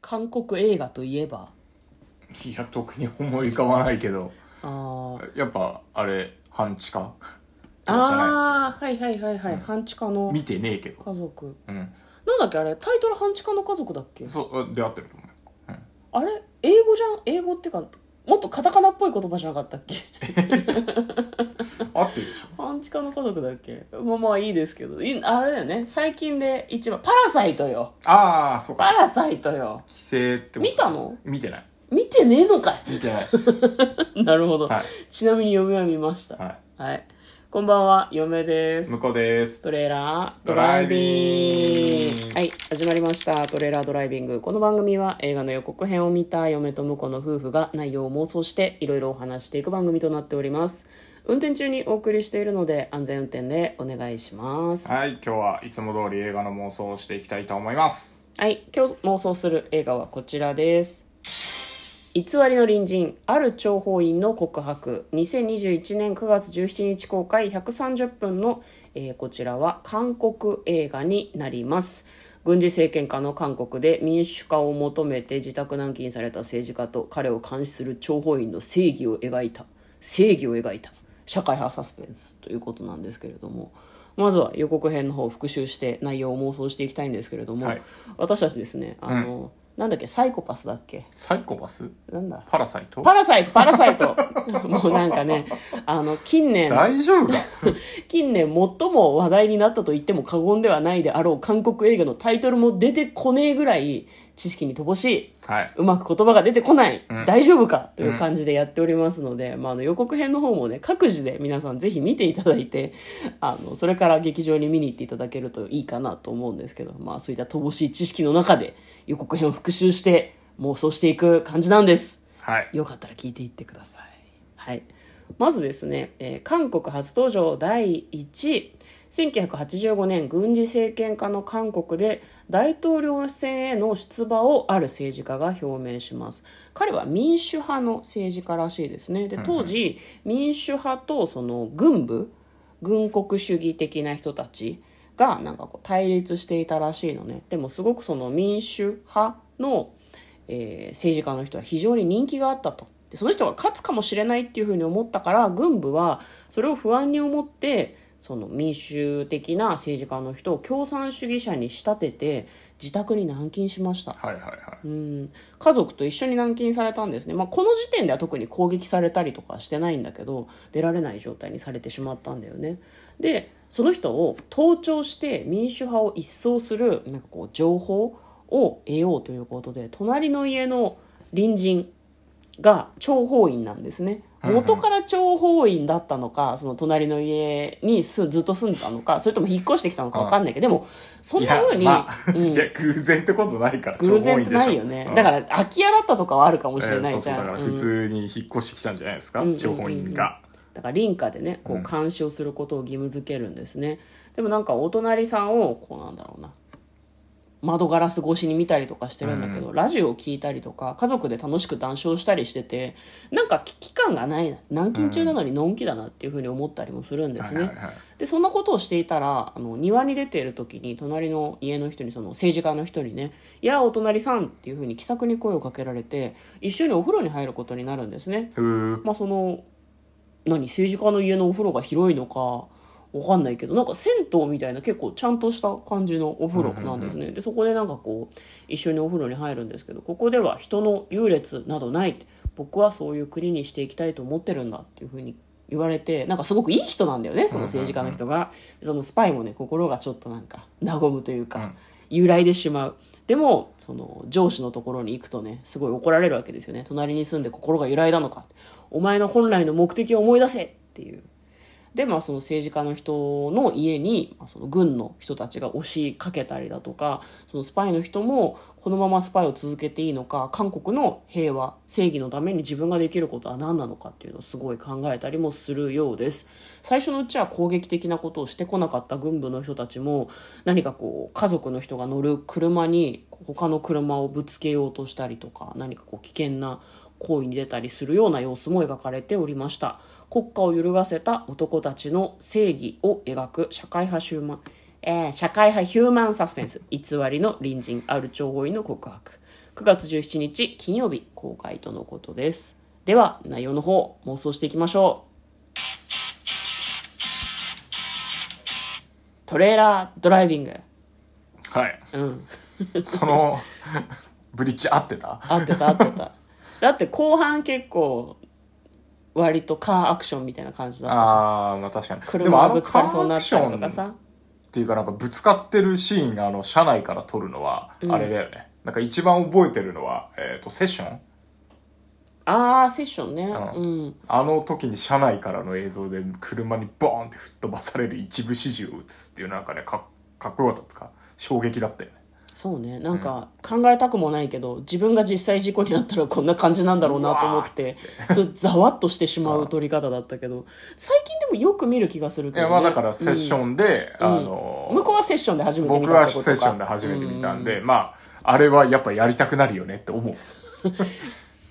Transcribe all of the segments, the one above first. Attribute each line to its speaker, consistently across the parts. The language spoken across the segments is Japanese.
Speaker 1: 韓国映画といえば
Speaker 2: いや特に思い浮かばないけど
Speaker 1: あ
Speaker 2: やっぱあれ半地下
Speaker 1: あああはいはいはいはい、
Speaker 2: うん
Speaker 1: 半地下の
Speaker 2: 見てねえけど、
Speaker 1: 家族
Speaker 2: うん、
Speaker 1: なんだっけあれタイトル半地下の家族だっけ
Speaker 2: そう出会ってると思う
Speaker 1: あれ英語じゃん英語ってかもっとカタカナっぽい言葉じゃなかったっけ
Speaker 2: 合ってるでしょ
Speaker 1: 半地下の家族だっけまあまあいいですけどいあれだよね最近で一番パラサイトよ
Speaker 2: ああそうか
Speaker 1: パラサイトよ
Speaker 2: 規制ってこと
Speaker 1: 見たの
Speaker 2: 見てない
Speaker 1: 見てねえのか
Speaker 2: 見てないっす
Speaker 1: いなるほど、
Speaker 2: はい
Speaker 1: ちなみに嫁は見ました
Speaker 2: は
Speaker 1: はいこんばんは嫁で
Speaker 2: い
Speaker 1: す
Speaker 2: 向こうです
Speaker 1: トレーラード
Speaker 2: ド
Speaker 1: ラ
Speaker 2: ラ
Speaker 1: イ
Speaker 2: イ
Speaker 1: ビ
Speaker 2: ビ
Speaker 1: ン
Speaker 2: ン
Speaker 1: グ
Speaker 2: グ
Speaker 1: はい始まりましたトレーラードライビングこの番組は映画の予告編を見た嫁と婿の夫婦が内容を妄想していろいろお話していく番組となっております運転中にお送りしているので安全運転でお願いしますは
Speaker 2: はい今日はいつも通り映画の妄想をしていきたいと思います
Speaker 1: い、今日妄想する映画はこちらです偽りの隣人ある諜報員の告白2021年9月17日公開130分の、えーこちらは韓国映画になります軍事政権下の韓国で民主化を求めて自宅軟禁された政治家と彼を監視する諜報員の正義を描いた正義を描いた社会派サスペンスということなんですけれどもまずは予告編の方を復習して内容を妄想していきたいんですけれども、
Speaker 2: はい
Speaker 1: 私たちですねあの、なんだっけサイコパスだっけ
Speaker 2: サイコパス
Speaker 1: なんだ
Speaker 2: パラサイト
Speaker 1: パラサイト、パラサイト。 もうなんかね、あの、近年、
Speaker 2: 大丈夫か
Speaker 1: 近年最も話題になったと言っても過言ではないであろう韓国映画のタイトルも出てこねえぐらい知識に乏しい。
Speaker 2: はいう
Speaker 1: まく言葉が出てこない、
Speaker 2: ん
Speaker 1: 大丈夫かという感じでやっておりますので、まあ、あの予告編の方もね各自で皆さんぜひ見ていただいてあのそれから劇場に見に行っていただけるといいかなと思うんですけど、まあ、そういった乏しい知識の中で予告編を復習して妄想していく感じなんです。
Speaker 2: はい
Speaker 1: よかったら聞いていってください。はい。まずですね、えー韓国初登場第1位。1985年軍事政権下の韓国で大統領選への出馬をある政治家が表明します彼は民主派の政治家らしいですねで当時民主派とその軍部軍国主義的な人たちがなんかこう対立していたらしいのねでもすごくその民主派の、えー政治家の人は非常に人気があったとでその人が勝つかもしれないっていうふうに思ったから軍部はそれを不安に思ってその民主的な政治家の人を共産主義者に仕立てて自宅に軟禁しました
Speaker 2: はいはいは
Speaker 1: うん家族と一緒に軟禁されたんですね、まあ、この時点では特に攻撃されたりとかはしてないんだけど出られない状態にされてしまったんだよねでその人を盗聴して民主派を一掃するなんかこう情報を得ようということで隣の家の隣人が諜報員なんですね
Speaker 2: うんうん
Speaker 1: 元から諜報員だったのかその隣の家にすずっと住んでたのかそれとも引っ越してきたのか分かんないけどでもそ
Speaker 2: い
Speaker 1: んな風に、
Speaker 2: いや,、まあ
Speaker 1: うん
Speaker 2: いや偶然ってことないから
Speaker 1: 偶然ってないよ
Speaker 2: 情報員で
Speaker 1: ね
Speaker 2: しょ、うん
Speaker 1: だから空き家だったとかはあるかもしれな
Speaker 2: え
Speaker 1: いう
Speaker 2: ーそ
Speaker 1: じ
Speaker 2: そう
Speaker 1: ゃ
Speaker 2: だから
Speaker 1: ん、
Speaker 2: 普
Speaker 1: うん
Speaker 2: 通に引っ越してきたんじゃないですか、
Speaker 1: うん
Speaker 2: 情報員が、
Speaker 1: だから林家でねこ
Speaker 2: う
Speaker 1: うん監視をすることを義務付けるんですね、でもなんかお隣さんをこうなんだろうな窓ガラス越しに見たりとかしてるんだけど、ラジオを聞いたりとか家族で楽しく談笑したりしててなんか危機感がないな軟禁中なのにのんきだなっていうふうに思ったりもするんです
Speaker 2: はい
Speaker 1: ね、
Speaker 2: はいはい
Speaker 1: でそんなことをしていたらあの庭に出ている時に隣の家の人にその政治家の人にね「いやお隣さん」っていうふうに気さくに声をかけられて一緒にお風呂に入ることになるんですね。
Speaker 2: ふー
Speaker 1: まあその何政治家の家のお風呂が広いのかわかんないけどなんか銭湯みたいな結構ちゃんとした感じのお風呂なんですね、でそこでなんかこう一緒にお風呂に入るんですけどここでは人の優劣などない僕はそういう国にしていきたいと思ってるんだっていうふうに言われてなんかすごくいい人なんだよねその政治家の人が、そのスパイもね心がちょっとなんか和むというか、
Speaker 2: うん
Speaker 1: 揺らいでしまうでもその上司のところに行くとねすごい怒られるわけですよね隣に住んで心が揺らいだのかお前の本来の目的を思い出せっていうでまあその政治家の人の家に、まあ、その軍の人たちが押しかけたりだとかそのスパイの人もこのままスパイを続けていいのか韓国の平和正義のために自分ができることは何なのかっていうのをすごい考えたりもするようです最初のうちは攻撃的なことをしてこなかった軍部の人たちも何かこう家族の人が乗る車に他の車をぶつけようとしたりとか何かこう危険な行為に出たりするような様子も描かれておりました国家を揺るがせた男たちの正義を描く社会派ヒューマンえー社会派ヒューマンサスペンス、偽りの隣人ある情報員の告白。9月17日金曜日公開とのことです。では、内容の方、妄想していきましょう。トレーラードライビング。
Speaker 2: はい。
Speaker 1: うん。
Speaker 2: その、ブリッジ合ってた
Speaker 1: 合ってた合ってた。だって後半結構、割とカーアクションみたいな感じだったじゃん。
Speaker 2: あー、まあ確かに。
Speaker 1: 車がぶつかりそうになったりとか
Speaker 2: でもあのカーアクショ
Speaker 1: さ。
Speaker 2: ンっていうかなんかぶつかってるシーンがあの車内から撮るのはあれだよね、なんか一番覚えてるのは、えー、とセッション
Speaker 1: ああ、セッションね。
Speaker 2: う
Speaker 1: うん。
Speaker 2: あの時に車内からの映像で車にボーンって吹っ飛ばされる一部始終を映すっていうなんかねかかっこよかったですか衝撃だったよね
Speaker 1: そうね。なんか、考えたくもないけど、自分が実際事故にあったらこんな感じなんだろうなと思って、そうざわっとしてしまう撮り方だったけど、最近でもよく見る気がする
Speaker 2: い
Speaker 1: けど、
Speaker 2: や
Speaker 1: ね。
Speaker 2: まあだからセッシ
Speaker 1: ン、
Speaker 2: ョンで、あ
Speaker 1: うん向
Speaker 2: の
Speaker 1: こうはセッションで初めて見た
Speaker 2: 僕
Speaker 1: って
Speaker 2: は
Speaker 1: ことか
Speaker 2: セッションで初めて見たんで、まああれはやっぱやりたくなるよねって思う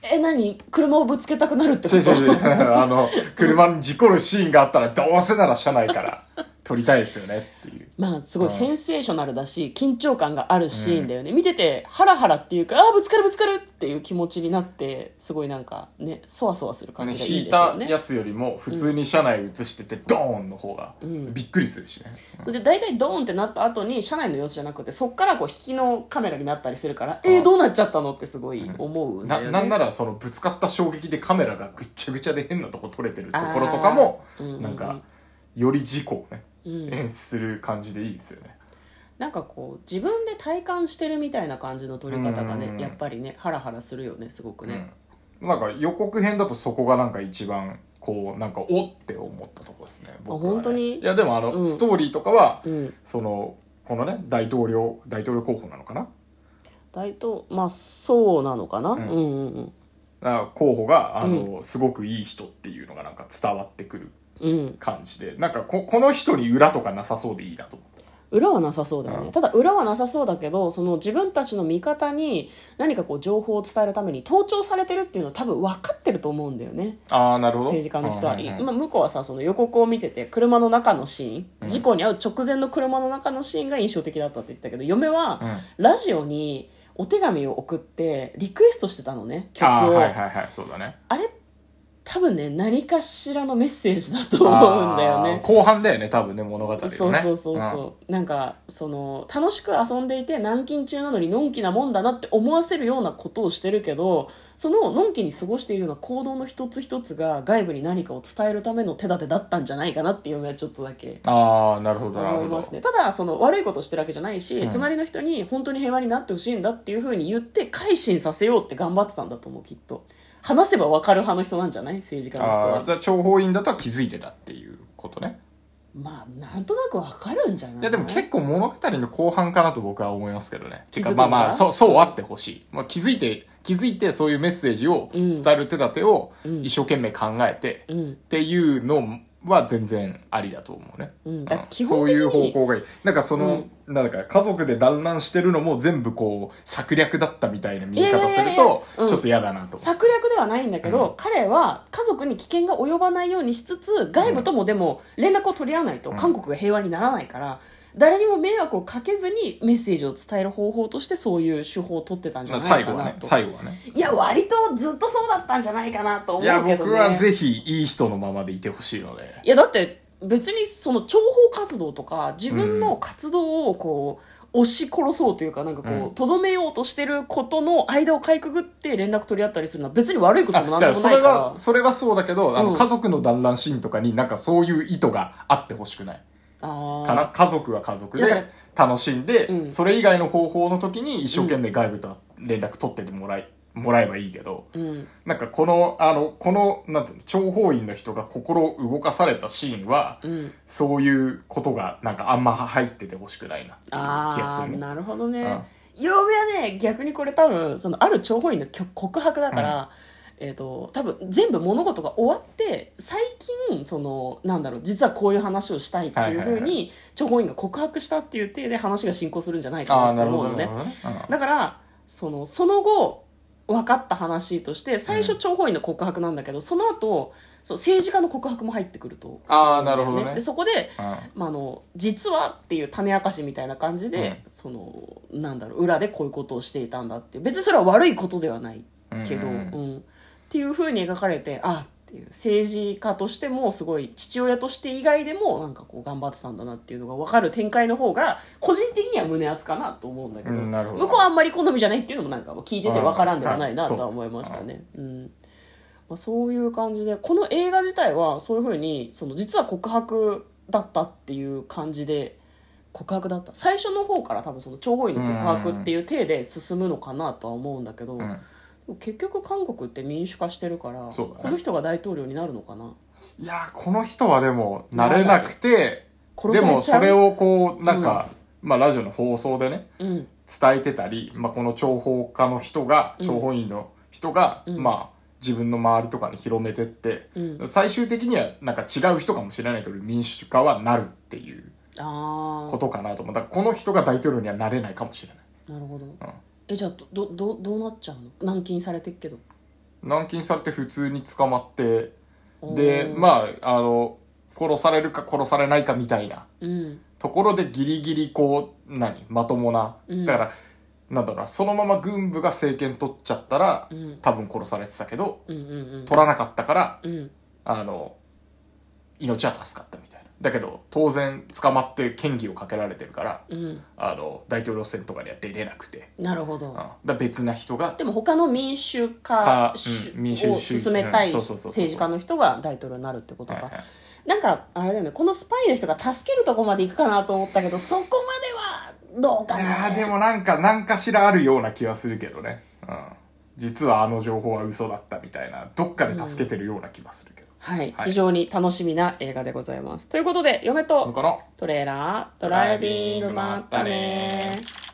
Speaker 1: え何車をぶつけたくなるってこ
Speaker 2: 違う
Speaker 1: と
Speaker 2: 違う違う あの車に事故るシーンがあったらどうせなら車内から撮りたいですよねっていう
Speaker 1: まあすごいセンセーショナルだし、緊張感があるシーンだよね、見ててハラハラっていうかああぶつかるぶつかるっていう気持ちになってすごいなんかねそわそわする感じがいい
Speaker 2: 引い
Speaker 1: ですよ
Speaker 2: た
Speaker 1: ね
Speaker 2: やつよりも普通に車内映しててドーンの方が
Speaker 1: ん
Speaker 2: びっくりするしね、
Speaker 1: それで大体ドーンってなった後に車内の様子じゃなくてそっからこう引きのカメラになったりするからえー、どうなっちゃったのってすごい思うんだ
Speaker 2: な
Speaker 1: よね、
Speaker 2: なんならそのぶつかった衝撃でカメラがぐっちゃぐちゃで変なとこ撮れてるところとかも
Speaker 1: あーうんうんうん
Speaker 2: なんかより事故をね
Speaker 1: うん
Speaker 2: 演出する感じでいいですよね、
Speaker 1: なんかこう自分で体感してるみたいな感じの撮り方が
Speaker 2: うんうんう
Speaker 1: ね
Speaker 2: ん
Speaker 1: やっぱりねハラハラするよねすごくね、
Speaker 2: うん、なんか予告編だとそこがなんか一番こうなんかおって思ったとこですね僕はね
Speaker 1: 本当に
Speaker 2: いやでもあの、
Speaker 1: うん
Speaker 2: ストーリーとかは
Speaker 1: うん
Speaker 2: そのこのね大統領大統領候補なのかな
Speaker 1: 大体まあそうなのかな、
Speaker 2: ん
Speaker 1: うんうんうん
Speaker 2: あ候補があの、すごくいい人っていうのがなんか伝わってくる
Speaker 1: うん
Speaker 2: 感じでなんかここの人に裏とかなさそうでいいなと思って
Speaker 1: 裏はなさそうだよね、
Speaker 2: うん
Speaker 1: ただ裏はなさそうだけどその自分たちの味方に何かこう情報を伝えるために盗聴されてるっていうのは多分分かってると思うんだよね
Speaker 2: ああなるほど
Speaker 1: 政治家の人は、
Speaker 2: うんうんうん
Speaker 1: まあ向こうはさその予告を見てて車の中のシーン、
Speaker 2: うん
Speaker 1: 事故に遭う直前の車の中のシーンが印象的だったって言ってたけど嫁は
Speaker 2: うん
Speaker 1: ラジオにお手紙を送ってリクエストしてたのね曲を
Speaker 2: あ
Speaker 1: あ,、
Speaker 2: あはいはいはいそうだね
Speaker 1: れ多分ね何かしらのメッセージだと思うんだよね
Speaker 2: あー後半だよね多分ね物語のね
Speaker 1: そうそうそうそう、なんかその楽しく遊んでいて軟禁中なのにのんきなもんだなって思わせるようなことをしてるけどそののんきに過ごしているような行動の一つ一つが外部に何かを伝えるための手立てだったんじゃないかなっていうのはちょっとだけ
Speaker 2: うんああなるほどなる
Speaker 1: 思い
Speaker 2: ほど
Speaker 1: ますねただその悪いことをしてるわけじゃないし、
Speaker 2: うん
Speaker 1: 隣の人に本当に平和になってほしいんだっていうふうに言って改心させようって頑張ってたんだと思うきっと話せば分かる派の人なんじゃない政治家の人
Speaker 2: ああ
Speaker 1: は
Speaker 2: ーだから諜報員だとは気づいてたっていうことね
Speaker 1: まあなんとなく分かるんじゃない
Speaker 2: いやでも結構物語の後半かなと僕は思いますけどね。
Speaker 1: 気
Speaker 2: て
Speaker 1: づく
Speaker 2: か
Speaker 1: の
Speaker 2: まあま
Speaker 1: が
Speaker 2: あ、そう、そうあってほしい。まあ気づいて、気づいてそういうメッセージを
Speaker 1: うん
Speaker 2: 伝える手立てを
Speaker 1: うん
Speaker 2: 一生懸命考えて、
Speaker 1: う
Speaker 2: っ
Speaker 1: ん
Speaker 2: ていうのは全然ありだと思うね。
Speaker 1: うんだから
Speaker 2: うん
Speaker 1: 基
Speaker 2: そ
Speaker 1: 本
Speaker 2: う
Speaker 1: 的
Speaker 2: い
Speaker 1: に
Speaker 2: う方向がいい。なんかその、なんだか家族で団らんしてるのも全部こう策略だったみたいな見え方す
Speaker 1: いや
Speaker 2: る
Speaker 1: いやいやい
Speaker 2: と
Speaker 1: やうん
Speaker 2: ちょっと嫌だなと思う。
Speaker 1: 策略ではないんだけど、
Speaker 2: うん
Speaker 1: 彼は家族に危険が及ばないようにしつつ外部ともでも連絡を取り合わないと
Speaker 2: うん
Speaker 1: 韓国が平和にならないから、誰にも迷惑をかけずにメッセージを伝える方法としてそういう手法を取ってたんじ
Speaker 2: ま
Speaker 1: ゃ
Speaker 2: あ
Speaker 1: ない
Speaker 2: 最
Speaker 1: か
Speaker 2: 後は
Speaker 1: な
Speaker 2: ね、
Speaker 1: と、
Speaker 2: 最後はね。
Speaker 1: いや割とずっとそうだったんじゃないかなと思う
Speaker 2: い
Speaker 1: けどね
Speaker 2: や僕はぜひいい人のままでいてほしいので。
Speaker 1: いやだって別にその諜報活動とか自分の活動をこう、押し殺そうというかなんかこ
Speaker 2: う
Speaker 1: うんとど、めようとしてることの間をかいくぐって連絡取り合ったりするのは別に悪いこと
Speaker 2: あ
Speaker 1: で
Speaker 2: だ
Speaker 1: もなん
Speaker 2: か
Speaker 1: でも
Speaker 2: らそ
Speaker 1: ない
Speaker 2: れ
Speaker 1: から
Speaker 2: は、それはそうだけど、あ
Speaker 1: う
Speaker 2: の
Speaker 1: ん
Speaker 2: 家族の団らんシーンとかになんかそういう意図があってほしくない。
Speaker 1: あー
Speaker 2: かな家族は家族
Speaker 1: だ
Speaker 2: で楽しんで、
Speaker 1: うん
Speaker 2: それ以外の方法の時に一生懸命外部とは連絡取っててもらい、もらえばいいけど、
Speaker 1: うん
Speaker 2: なんかこの、あの、この、なんていうの、諜報員の人が心を動かされたシーンは、
Speaker 1: うん、
Speaker 2: そういうことがなんかあんま入っててほしくないなっていう気が
Speaker 1: あ
Speaker 2: す
Speaker 1: あ
Speaker 2: るね。
Speaker 1: なるほどね、嫁はね逆にこれ多分そのある諜報員の曲告白だから、えー、と多分全部物事が終わって最近そのなんだろう実はこういう話をしたいっていう
Speaker 2: はい
Speaker 1: ふ
Speaker 2: はいうはい
Speaker 1: に諜報員が告白したっていう体で話が進行するんじゃない
Speaker 2: ああ、
Speaker 1: かな
Speaker 2: な
Speaker 1: と
Speaker 2: るほ
Speaker 1: 思う
Speaker 2: ど
Speaker 1: の
Speaker 2: ね。
Speaker 1: ね
Speaker 2: うん
Speaker 1: だからそのその後分かった話として最初
Speaker 2: うん
Speaker 1: 諜報員の告白なんだけど、その後そう政治家の告白も入ってくると、
Speaker 2: ああなるほど
Speaker 1: で
Speaker 2: ね
Speaker 1: そこで、
Speaker 2: うん
Speaker 1: まあ、あの実はっていう種明かしみたいな感じで、そのなんだろう裏でこういうことをしていたんだっていう別にそれは悪いことではないけど、
Speaker 2: う
Speaker 1: うんん
Speaker 2: うんう
Speaker 1: っていうふうに描かれてあっていう政治家としてもすごい父親として以外でもなんかこう頑張ってたんだなっていうのが分かる展開の方が個人的には胸熱かなと思うんだけど,、
Speaker 2: うんなるほど
Speaker 1: 向こうはあんまり好みじゃないっていうのもなんか聞いてて分からんではないなとは思いましたね。うんまあ、そういう感じでこの映画自体はそういうふうにその実は告白だったっていう感じで告白だった最初の方から多分その諜報員の告白っていう体で進むのかなとは思うんだけど、
Speaker 2: うん
Speaker 1: 結局韓国って民主化してるから、
Speaker 2: そうだね
Speaker 1: この人が大統領になるのかない
Speaker 2: やーこの人はでも慣れなくて
Speaker 1: 殺
Speaker 2: で
Speaker 1: されちゃう
Speaker 2: もそれをこうなんか、まあラジオの放送でね
Speaker 1: うん
Speaker 2: 伝えてたり、まあ、この諜報家の人が
Speaker 1: うん
Speaker 2: 諜報員の人が、
Speaker 1: うん
Speaker 2: まあ自分の周りとかに広めてって、
Speaker 1: うん
Speaker 2: 最終的にはなんか違う人かもしれないけど民主化はなるっていう
Speaker 1: あ
Speaker 2: ことかなと思うだからこの人が大統領にはなれないかもしれない
Speaker 1: あなるほど、
Speaker 2: ん
Speaker 1: えじゃあどどどうなっちゃうの軟禁されてっけど
Speaker 2: 軟禁されて普通に捕まってで
Speaker 1: あ
Speaker 2: まああの殺されるか殺されないかみたいな
Speaker 1: うん
Speaker 2: ところでギリギリこう何まともな、
Speaker 1: うん
Speaker 2: だからなんだろうなそのまま軍部が政権取っちゃったら、
Speaker 1: うん
Speaker 2: 多分殺されてたけど
Speaker 1: うんうんうん
Speaker 2: 取らなかったから
Speaker 1: うん
Speaker 2: あの命は助かったみたいなだけど当然捕まって嫌疑をかけられてるから
Speaker 1: うん
Speaker 2: あの大統領選とかには出れなくて、
Speaker 1: なるほど、
Speaker 2: うんだから別な人が
Speaker 1: でも他の民主
Speaker 2: か
Speaker 1: 化
Speaker 2: うん民主
Speaker 1: を
Speaker 2: 主義
Speaker 1: 進めた
Speaker 2: う
Speaker 1: い
Speaker 2: んそうそうそうそう
Speaker 1: 政治家の人が大統領になるってこと
Speaker 2: はいは
Speaker 1: か
Speaker 2: い
Speaker 1: なんかあれだよねこのスパイの人が助けるとこまで行くかなと思ったけどそこまではどうか
Speaker 2: いや
Speaker 1: な
Speaker 2: ーでもなんか何かしらあるような気はするけどね、うん、実はあの情報は嘘だったみたいなどっかで助けてるような気はするけど、
Speaker 1: はい、
Speaker 2: はい
Speaker 1: 非常に楽しみな映画でございます。ということで、嫁
Speaker 2: うん、
Speaker 1: と
Speaker 2: この
Speaker 1: トレーラー、ドライビング、まったねー